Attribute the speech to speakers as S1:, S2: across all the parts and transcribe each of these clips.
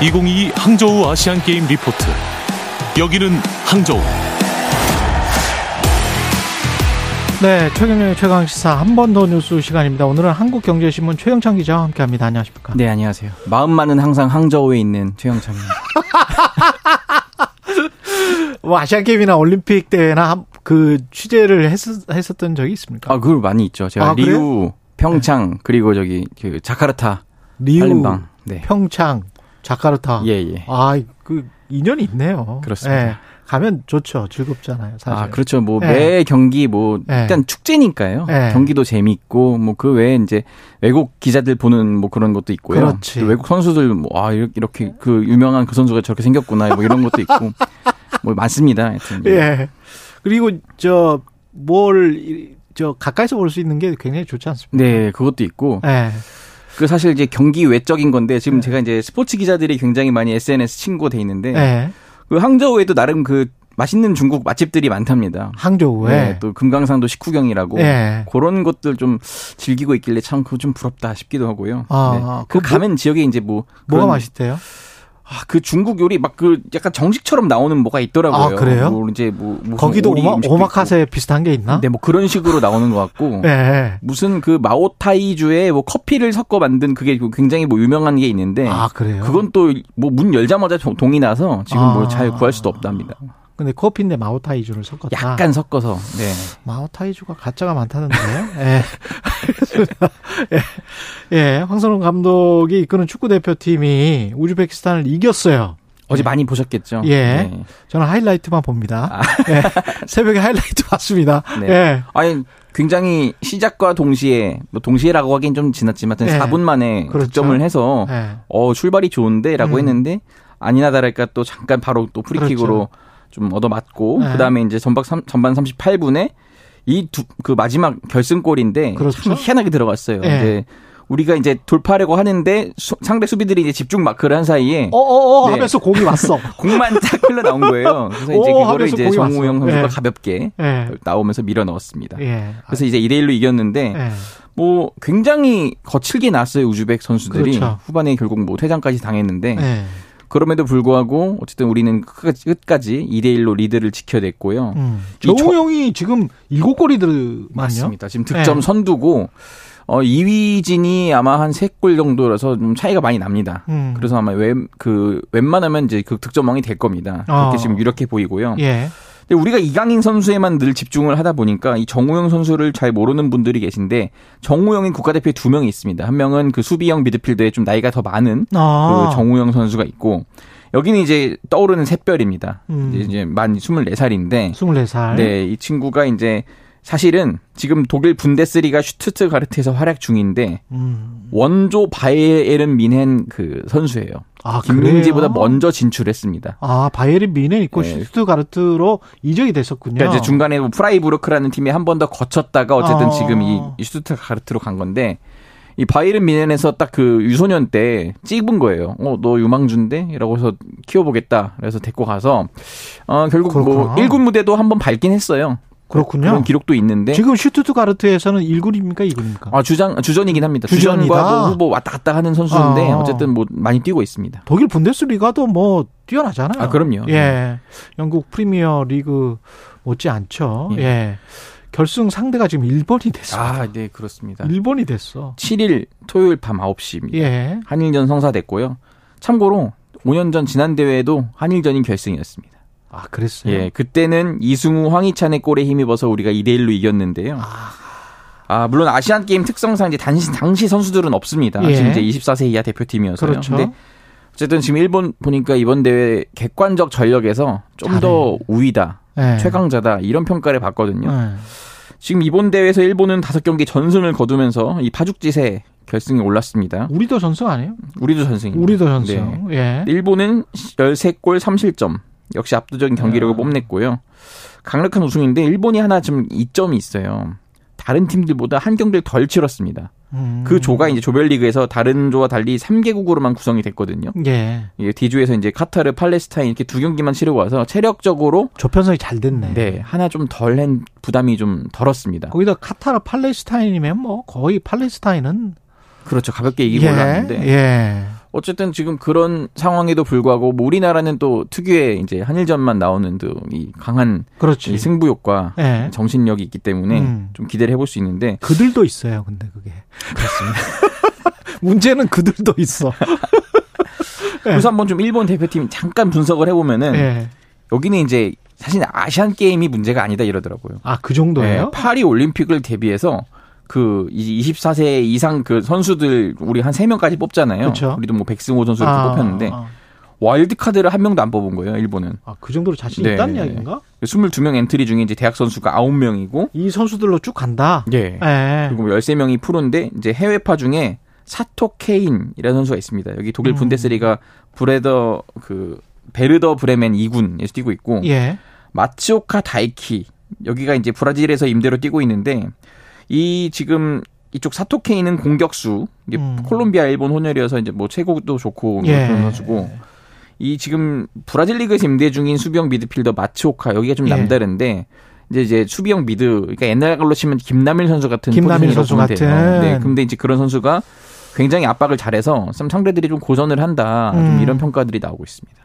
S1: 2022 항저우 아시안 게임 리포트. 여기는 항저우.
S2: 네, 최경영의 최강 시사 한 번 더 뉴스 시간입니다. 오늘은 한국경제신문 최영창 기자와 함께합니다. 안녕하십니까?
S3: 네, 안녕하세요. 마음만은 항상 항저우에 있는 최영창입니다.
S2: 뭐 아시안 게임이나 올림픽 대회나 한- 그 취재를 했었, 던 적이 있습니까?
S3: 아, 그걸 많이 있죠. 제가
S2: 아,
S3: 리우,
S2: 그래요? 네.
S3: 평창, 그리고 저기 그 자카르타,
S2: 리우,
S3: 한림방. 네.
S2: 평창, 자카르타.
S3: 예, 예.
S2: 아, 그 인연이 있네요.
S3: 그렇습니다.
S2: 예, 가면 좋죠. 즐겁잖아요, 사실.
S3: 아, 그렇죠. 뭐,
S2: 예.
S3: 매 경기, 뭐,
S2: 예.
S3: 일단 축제니까요.
S2: 예.
S3: 경기도 재밌고, 뭐, 그 외에 이제 외국 기자들 보는 뭐 그런 것도 있고요.
S2: 그렇지.
S3: 또 외국 선수들, 뭐, 아, 이렇게, 이렇게 그 유명한 그 선수가 저렇게 생겼구나, 뭐 이런 것도 있고. 뭐, 많습니다. 하여튼. 예.
S2: 예. 그리고 저 뭘 저 가까이서 볼 수 있는 게 굉장히 좋지 않습니까?
S3: 네, 그것도 있고.
S2: 예.
S3: 그 사실 이제 경기 외적인 건데, 지금
S2: 네.
S3: 제가 이제 스포츠 기자들이 굉장히 많이 SNS 친구 돼 있는데,
S2: 예.
S3: 그 항저우에도 나름 그 맛있는 중국 맛집들이 많답니다.
S2: 항저우에
S3: 네, 뭐 또 금강산도 식후경이라고
S2: 예.
S3: 그런 것들 좀 즐기고 있길래 참 그거 좀 부럽다 싶기도 하고요.
S2: 아, 아,
S3: 그
S2: 그
S3: 가면 지역에 이제 뭐
S2: 뭐가
S3: 그런-
S2: 맛있대요?
S3: 아, 그 중국 요리 막 그 약간 정식처럼 나오는 뭐가 있더라고요.
S2: 아, 그래요?
S3: 뭐 이제 뭐 무슨
S2: 거기도
S3: 오리
S2: 오마,
S3: 음식도
S2: 오마카세 비슷한 게 있나?
S3: 있고. 뭐 네, 뭐 그런 식으로 나오는 것 같고.
S2: 예.
S3: 무슨 그 마오타이주에 뭐 커피를 섞어 만든 그게 굉장히 뭐 유명한 게 있는데
S2: 아 그래요?
S3: 그건 또 뭐 문 열자마자 동이 나서 지금
S2: 아.
S3: 뭐 잘 구할 수도 없답니다.
S2: 근데 커피인데 마오타이주를 섞었다.
S3: 약간 섞어서 네.
S2: 마오타이주가 가짜가 많다는데요. 예. 예. 예. 황선홍 감독이 이끄는 축구 대표팀이 우즈베키스탄을 이겼어요.
S3: 어제 많이 보셨겠죠.
S2: 예.
S3: 네.
S2: 저는 하이라이트만 봅니다. 예. 새벽에 하이라이트 봤습니다.
S3: 아. 네.
S2: 예.
S3: 아니 굉장히 시작과 동시에 뭐 동시에라고 하긴 좀 지났지만
S2: 예.
S3: 4분 만에
S2: 그렇죠.
S3: 득점을 해서
S2: 예.
S3: 어 출발이 좋은데라고
S2: 음.
S3: 했는데 아니나 다를까 또 잠깐 바로 또
S2: 그렇죠.
S3: 프리킥으로 좀 얻어맞고
S2: 예.
S3: 그다음에 이제 전박 삼- 전반 38분에 이 두 그 마지막 결승골인데
S2: 그렇죠.
S3: 참 희한하게 들어갔어요.
S2: 예.
S3: 이제 우리가 이제 돌파하려고 하는데 수- 상대 수비들이 이제 집중 마크를 한 사이에
S2: 어어어
S3: 네.
S2: 하면서 공이 왔어.
S3: 공만 딱 흘러나온 거예요. 그래서 이제
S2: 오,
S3: 그거를
S2: 하면서
S3: 이제
S2: 공이
S3: 정우영
S2: 왔어요.
S3: 선수가
S2: 예.
S3: 가볍게
S2: 예.
S3: 나오면서 밀어 넣었습니다.
S2: 예.
S3: 그래서 이제 2대 1로 이겼는데
S2: 예.
S3: 뭐 굉장히 거칠게 나왔어요 우즈벡 선수들이
S2: 그렇죠.
S3: 후반에 결국 뭐 퇴장까지 당했는데
S2: 예.
S3: 그럼에도 불구하고 어쨌든 우리는 끝까지- 끝까지 2대 1로 리드를 지켜냈고요.
S2: 음.
S3: 이 조-
S2: 정우영이 지금 일곱 골이 들만요.
S3: 맞습니다. 지금 득점
S2: 네.
S3: 선두고 어 2위진이 아마 한 3골 정도라서 좀 차이가 많이 납니다.
S2: 음.
S3: 그래서 아마 웬 그 웬만하면 이제 그 득점왕이 될 겁니다.
S2: 어.
S3: 그렇게 지금 유력해 보이고요.
S2: 예.
S3: 근데 우리가 이강인 선수에만 늘 집중을 하다 보니까 이 정우영 선수를 잘 모르는 분들이 계신데 정우영이 국가대표에 두 명이 있습니다. 한 명은 그 수비형 미드필더에 좀 나이가 더 많은
S2: 아.
S3: 그 정우영 선수가 있고 여기는 이제 떠오르는 샛별입니다.
S2: 음. 아.
S3: 이제- 이제 만 24살인데
S2: 24살.
S3: 네, 이 친구가 이제 사실은 지금 독일 분데스리가 슈투트가르트에서 활약 중인데
S2: 음.
S3: 원조 바이에른 민헨 그 선수예요.
S2: 아,
S3: 김민지보다
S2: 그래요?
S3: 먼저 진출했습니다.
S2: 아, 바이에른 미넨 있고
S3: 네.
S2: 슈투트가르트로 이적이 됐었군요.
S3: 그러니까 이제 중간에 뭐 프라이부르크라는 팀에 한 번 더 거쳤다가 어쨌든
S2: 어.
S3: 지금 이 슈투트가르트로 간 건데 이 바이에른 미넨에서 딱 그 유소년 때 찍은 거예요. 어, 너 유망주인데? 이라고 해서 키워보겠다. 그래서 데리고 가서 어, 결국
S2: 그렇구나.
S3: 뭐 1군 무대도 한 번 밟긴 했어요.
S2: 그렇군요.
S3: 그런 기록도 있는데
S2: 지금 슈투트가르트에서는 1군입니까, 2군입니까?
S3: 아, 주장 주전이긴 합니다.
S2: 주전이다.
S3: 주전과 뭐 후보 왔다 갔다 하는 선수인데
S2: 어.
S3: 어쨌든 뭐 많이 뛰고 있습니다.
S2: 독일 분데스리가도 뭐 뛰어나잖아요.
S3: 아, 그럼요.
S2: 예. 영국 프리미어 리그 못지 않죠. 예.
S3: 예.
S2: 결승 상대가 지금 일본이 됐어.
S3: 아, 네, 그렇습니다.
S2: 일본이 됐어.
S3: 7일 토요일 밤 9시입니다.
S2: 예.
S3: 한일전 성사됐고요. 참고로 5년 전 지난 대회에도 한일전이 결승이었습니다.
S2: 아, 그랬어요.
S3: 예, 그때는 이승우 황희찬의 골에 힘입어서 우리가 2대 1로 이겼는데요. 아, 물론 아시안 게임 특성상 이제 당시, 당시 선수들은 없습니다.
S2: 예.
S3: 지금 이제 24세 이하 대표팀이어서요.
S2: 그렇죠.
S3: 근데 어쨌든 지금 일본 보니까 이번 대회 객관적 전력에서 좀 더 우위다,
S2: 예.
S3: 최강자다 이런 평가를 받거든요.
S2: 예.
S3: 지금 이번 대회에서 일본은 다섯 경기 전승을 거두면서 이 파죽지세 결승에 올랐습니다.
S2: 우리도 전승 아니에요?
S3: 우리도 전승입니다.
S2: 우리도
S3: 네.
S2: 전승. 예.
S3: 일본은 13골 3실점. 역시 압도적인
S2: 아.
S3: 경기력을 뽐냈고요. 강력한 우승인데 일본이 하나 좀 이점이 있어요. 다른 팀들보다 한 경기를 덜 치렀습니다.
S2: 음.
S3: 그 조가 이제 조별리그에서 다른 조와 달리 3개국으로만 구성이 됐거든요.
S2: 예.
S3: 이게 D조에서 이제 카타르, 팔레스타인 이렇게 두 경기만 치르고 와서 체력적으로
S2: 조편성이 잘 됐네.
S3: 네, 하나 좀 덜 한 부담이 좀 덜었습니다.
S2: 거기다 카타르 팔레스타인이면 뭐 거의 팔레스타인은
S3: 그렇죠. 가볍게 이기고
S2: 예,
S3: 올랐는데
S2: 예.
S3: 어쨌든 지금 그런 상황에도 불구하고 뭐 우리나라는 또 특유의 이제 한일전만 나오는 또이 강한
S2: 그렇지.
S3: 이 승부욕과
S2: 예.
S3: 네? 정신력이 있기 때문에
S2: 음. 네.
S3: 좀 기대를 해볼 수 있는데
S2: 그들도 있어요. 근데 그게. 그렇습니다. 문제는 그들도 있어. 예.
S3: 그래서 한번 좀 일본 대표팀 잠깐 분석을 해보면은
S2: 예.
S3: 여기는 이제 사실 아시안 게임이 문제가 아니다 이러더라고요.
S2: 아, 그 정도예요?
S3: 네, 파리 올림픽을 대비해서 그 이- 24세 이상 그 선수들 우리 한 세명까지 뽑잖아요.
S2: 그쵸.
S3: 우리도 뭐 백승호 선수 이렇게
S2: 아,
S3: 뽑혔는데
S2: 아,
S3: 와일드 카드를 한 명도 안 뽑은 거예요, 일본은.
S2: 아, 그 정도로 자신
S3: 네.
S2: 있다는 이야기인가?
S3: 22명 엔트리 중에 이제 대학 선수가 9명이고
S2: 이 선수들로 쭉 간다.
S3: 예.
S2: 예.
S3: 그리고 13명이 프로인데 이제 해외파 중에 사토 케인이라는 선수가 있습니다. 여기 독일
S2: 음.
S3: 분데스리가 브레더 그 베르더 브레멘 2군에서 뛰고 있고
S2: 예.
S3: 마츠오카 다이키 여기가 이제 브라질에서 임대로 뛰고 있는데 이 지금 이쪽 사토케이는 공격수 이게
S2: 음.
S3: 콜롬비아 일본 혼혈이어서 이제 뭐 체구도 좋고 뭐
S2: 예.
S3: 그런 선수고 이 지금 브라질 리그에서 임대 중인 수비형 미드필더 마츠오카 여기가 좀
S2: 예.
S3: 남다른데 이제 이제 수비형 미드 그러니까 옛날 걸로 치면 김남일 선수 같은
S2: 김남일
S3: 포지션이라고
S2: 선수
S3: 보면 돼요.
S2: 같은.
S3: 네, 근데 이제 그런 선수가 굉장히 압박을 잘해서 참 상대들이 좀 고전을 한다 좀
S2: 음.
S3: 이런 평가들이 나오고 있습니다.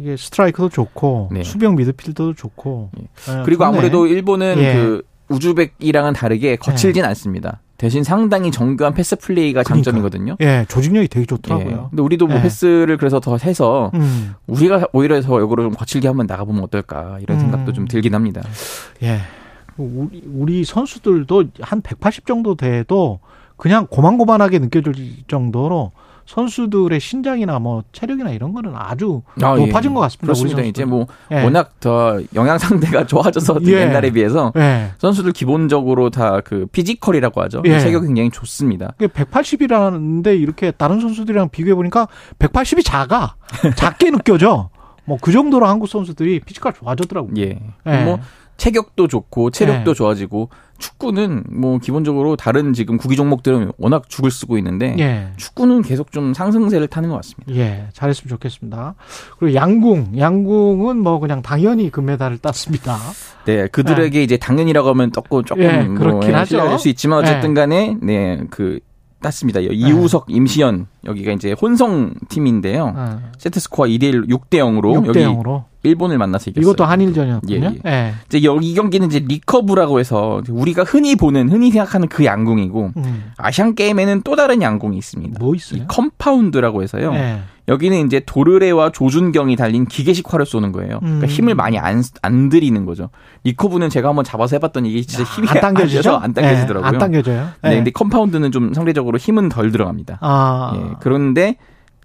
S2: 이게 스트라이크도 좋고
S3: 네.
S2: 수비형 미드필더도 좋고. 예,
S3: 그리고
S2: 좋네.
S3: 아무래도 일본은
S2: 예.
S3: 그 우즈벡이랑은 다르게 거칠진 않습니다. 대신 상당히 정교한 패스 플레이가
S2: 그러니까.
S3: 장점이거든요.
S2: 예, 조직력이 되게
S3: 예.
S2: 좋더라고요.
S3: 근데 우리도 뭐
S2: 예.
S3: 패스를 그래서 더 해서
S2: 음.
S3: 우리가 오히려 더 역으로 좀 거칠게 한번 나가보면 어떨까 이런
S2: 음.
S3: 생각도 좀 들긴 합니다.
S2: 예. 우리, 우리 선수들도 한 180 정도 돼도 그냥 고만고만하게 느껴질 정도로 선수들의 신장이나 뭐 체력이나 이런 거는 아주 높아진 것 같습니다.
S3: 예. 그렇습니다.
S2: 우리
S3: 이제
S2: 선수들은.
S3: 뭐
S2: 예.
S3: 워낙 더 영양 상태가 좋아져서
S2: 예.
S3: 옛날에 비해서
S2: 예.
S3: 선수들 기본적으로 다 그 피지컬이라고 하죠.
S2: 예.
S3: 체격 이 굉장히 좋습니다.
S2: 이게 180이라는데 이렇게 다른 선수들이랑 비교해 보니까 180이 작아. 작게 느껴져. 뭐 그 정도로 한국 선수들이 피지컬 좋아졌더라고요.
S3: 예.
S2: 예.
S3: 뭐 체격도 좋고 체력도
S2: 예.
S3: 좋아지고 축구는 뭐 기본적으로 다른 지금 구기 종목들은 워낙 죽을 쓰고 있는데
S2: 예.
S3: 축구는 계속 좀 상승세를 타는 것 같습니다.
S2: 예, 잘했으면 좋겠습니다. 그리고 양궁, 양궁은 뭐 그냥 당연히 금메달을 땄습니다.
S3: 네, 그들에게 이제 당연이라고 하면 조금 조금
S2: 예,
S3: 뭐
S2: 그렇긴 하죠.
S3: 신뢰가 될수 있지만 어쨌든
S2: 예.
S3: 간에 네, 그 땄습니다. 이우석, 임시현 여기가 이제 혼성 팀인데요.
S2: 어,
S3: 세트 스코어 2대 1, 6대 0으로
S2: 6대
S3: 여기
S2: 0으로.
S3: 일본을 만나서 이겼어요.
S2: 이것도 한일전이었군요. 예.
S3: 이제 여기 경기는 이제 리커브라고 해서 우리가 흔히 보는 흔히 생각하는 그 양궁이고
S2: 음,
S3: 아시안 게임에는 또 다른 양궁이 있습니다.
S2: 뭐
S3: 이
S2: 있어요?
S3: 컴파운드라고 해서요.
S2: 예.
S3: 여기는 이제 도르래와 조준경이 달린 기계식 활을 쏘는 거예요. 그러니까
S2: 음.
S3: 힘을 많이 안, 안 들이는 거죠. 리커브는 제가 한번 잡아서 해봤더니 이게 진짜 힘이
S2: 안 당겨지죠?
S3: 돼서 안 당겨지더라고요.
S2: 예, 안 당겨져요.
S3: 네,
S2: 예.
S3: 근데 컴파운드는 좀 상대적으로 힘은 덜 들어갑니다.
S2: 아,
S3: 예, 그런데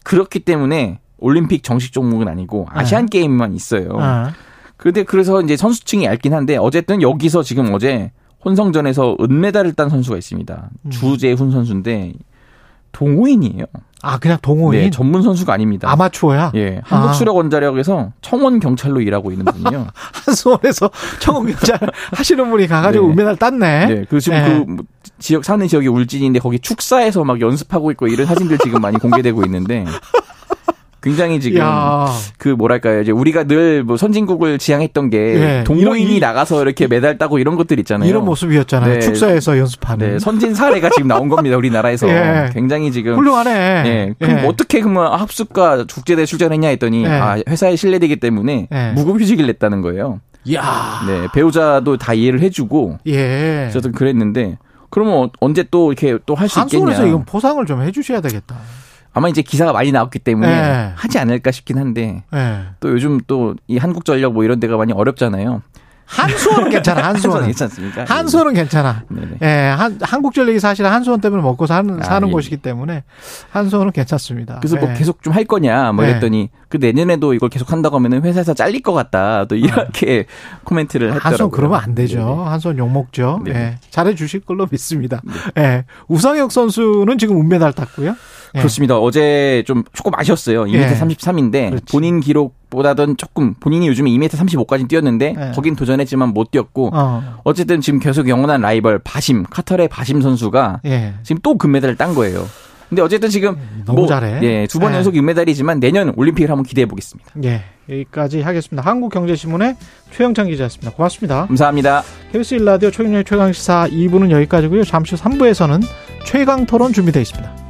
S3: 그렇기 때문에 올림픽 정식 종목은 아니고 아시안 게임만 있어요.
S2: 네. 아,
S3: 그런데 그래서 이제 선수층이 얇긴 한데 어쨌든 여기서 지금 어제 혼성전에서 은메달을 딴 선수가 있습니다.
S2: 음.
S3: 주재훈 선수인데 동호인이에요.
S2: 아, 그냥 동호인
S3: 네, 전문 선수가 아닙니다.
S2: 아마추어야.
S3: 예,
S2: 아.
S3: 한국수력원자력에서 청원 경찰로 일하고 있는 분이요.
S2: 한수원에서 청원경찰 하시는 분이 가가지고
S3: 네.
S2: 은메달 땄네.
S3: 네, 그 지금
S2: 예.
S3: 그뭐 지역 사는 지역이 울진인데 거기 축사에서 막 연습하고 있고 이런 사진들 지금 많이 공개되고 있는데 굉장히 지금
S2: 야,
S3: 그 뭐랄까요 이제 우리가 늘 뭐 선진국을 지향했던 게
S2: 예,
S3: 동호인이
S2: 이런 이-
S3: 나가서 이렇게 메달 따고 이런 것들 있잖아요.
S2: 이런 뭐 모습이었잖아요.
S3: 네.
S2: 축사에서 연습하는.
S3: 네, 선진 사례가 지금 나온 겁니다 우리나라에서
S2: 음. 예.
S3: 굉장히 지금
S2: 훌륭하네.
S3: 예.
S2: 예.
S3: 그럼 어떻게 그러면 합숙과 국제대 출전했냐 했더니
S2: 예.
S3: 아 회사에 신뢰되기 때문에
S2: 예.
S3: 무급휴직을 냈다는 거예요.
S2: 야.
S3: 네, 배우자도 다 이해를 해주고
S2: 예.
S3: 어쨌든 그랬는데 그러면 어- 언제 또 이렇게 또 할 수 있겠냐?
S2: 한수원에서 이건 보상을 좀 해주셔야 되겠다.
S3: 아마 이제 기사가 많이 나왔기 때문에
S2: 네.
S3: 하지 않을까 싶긴 한데
S2: 예.
S3: 또 요즘 또 이 한국전력 뭐 이런 데가 많이 어렵잖아요.
S2: 한수원은 괜찮아.
S3: 한수원
S2: 한수원은.
S3: 있지 않습니까?
S2: 그렇죠. 한수원은 괜찮아.
S3: 네, 네.
S2: 예, 한, 한국전력이 사실 한수원 때문에 먹고 사는,
S3: 아,
S2: 사는
S3: 예.
S2: 곳이기 때문에 한수원은 괜찮습니다.
S3: 그래서 뭐
S2: 예.
S3: 계속 좀 할 거냐 뭐
S2: 네.
S3: 이랬더니 그 내년에도 이걸 계속 한다고 하면은 회사에서 잘릴 것 같다 또 이렇게 코멘트를 했더라고요.
S2: 한수원 네. 아, 그러면 안
S3: 네,
S2: 되죠.
S3: 네.
S2: 한수원 욕먹죠.
S3: 네.
S2: 예. 잘해 주실 걸로 믿습니다. 예. 우상혁 선수는 지금 은메달 땄고요. 예.
S3: 그렇습니다. 어제 좀 조금 아쉬웠어요. 2m 33인데
S2: 네. 그렇지.
S3: 본인 기록보다는 조금 본인이 요즘에 2m 35까지 뛰었는데
S2: 네.
S3: 거긴 도전했지만 못 뛰었고
S2: 어.
S3: 어쨌든 지금 계속 영원한 라이벌 바심 카타르의 바심 선수가
S2: 예.
S3: 지금 또 금메달을 딴 거예요. 근데 어쨌든 지금
S2: 네, 너무 잘해.
S3: 예, 두 번
S2: 예.
S3: 연속銀메달이지만 내년 올림픽을 한번 기대해 보겠습니다.
S2: 예. 여기까지 하겠습니다. 한국경제신문의 최영창 기자였습니다. 고맙습니다.
S3: 감사합니다.
S2: KBS 1라디오 최경영의 최강시사 2부는 여기까지고요. 잠시 후 3부에서는 최강토론 준비되어 있습니다.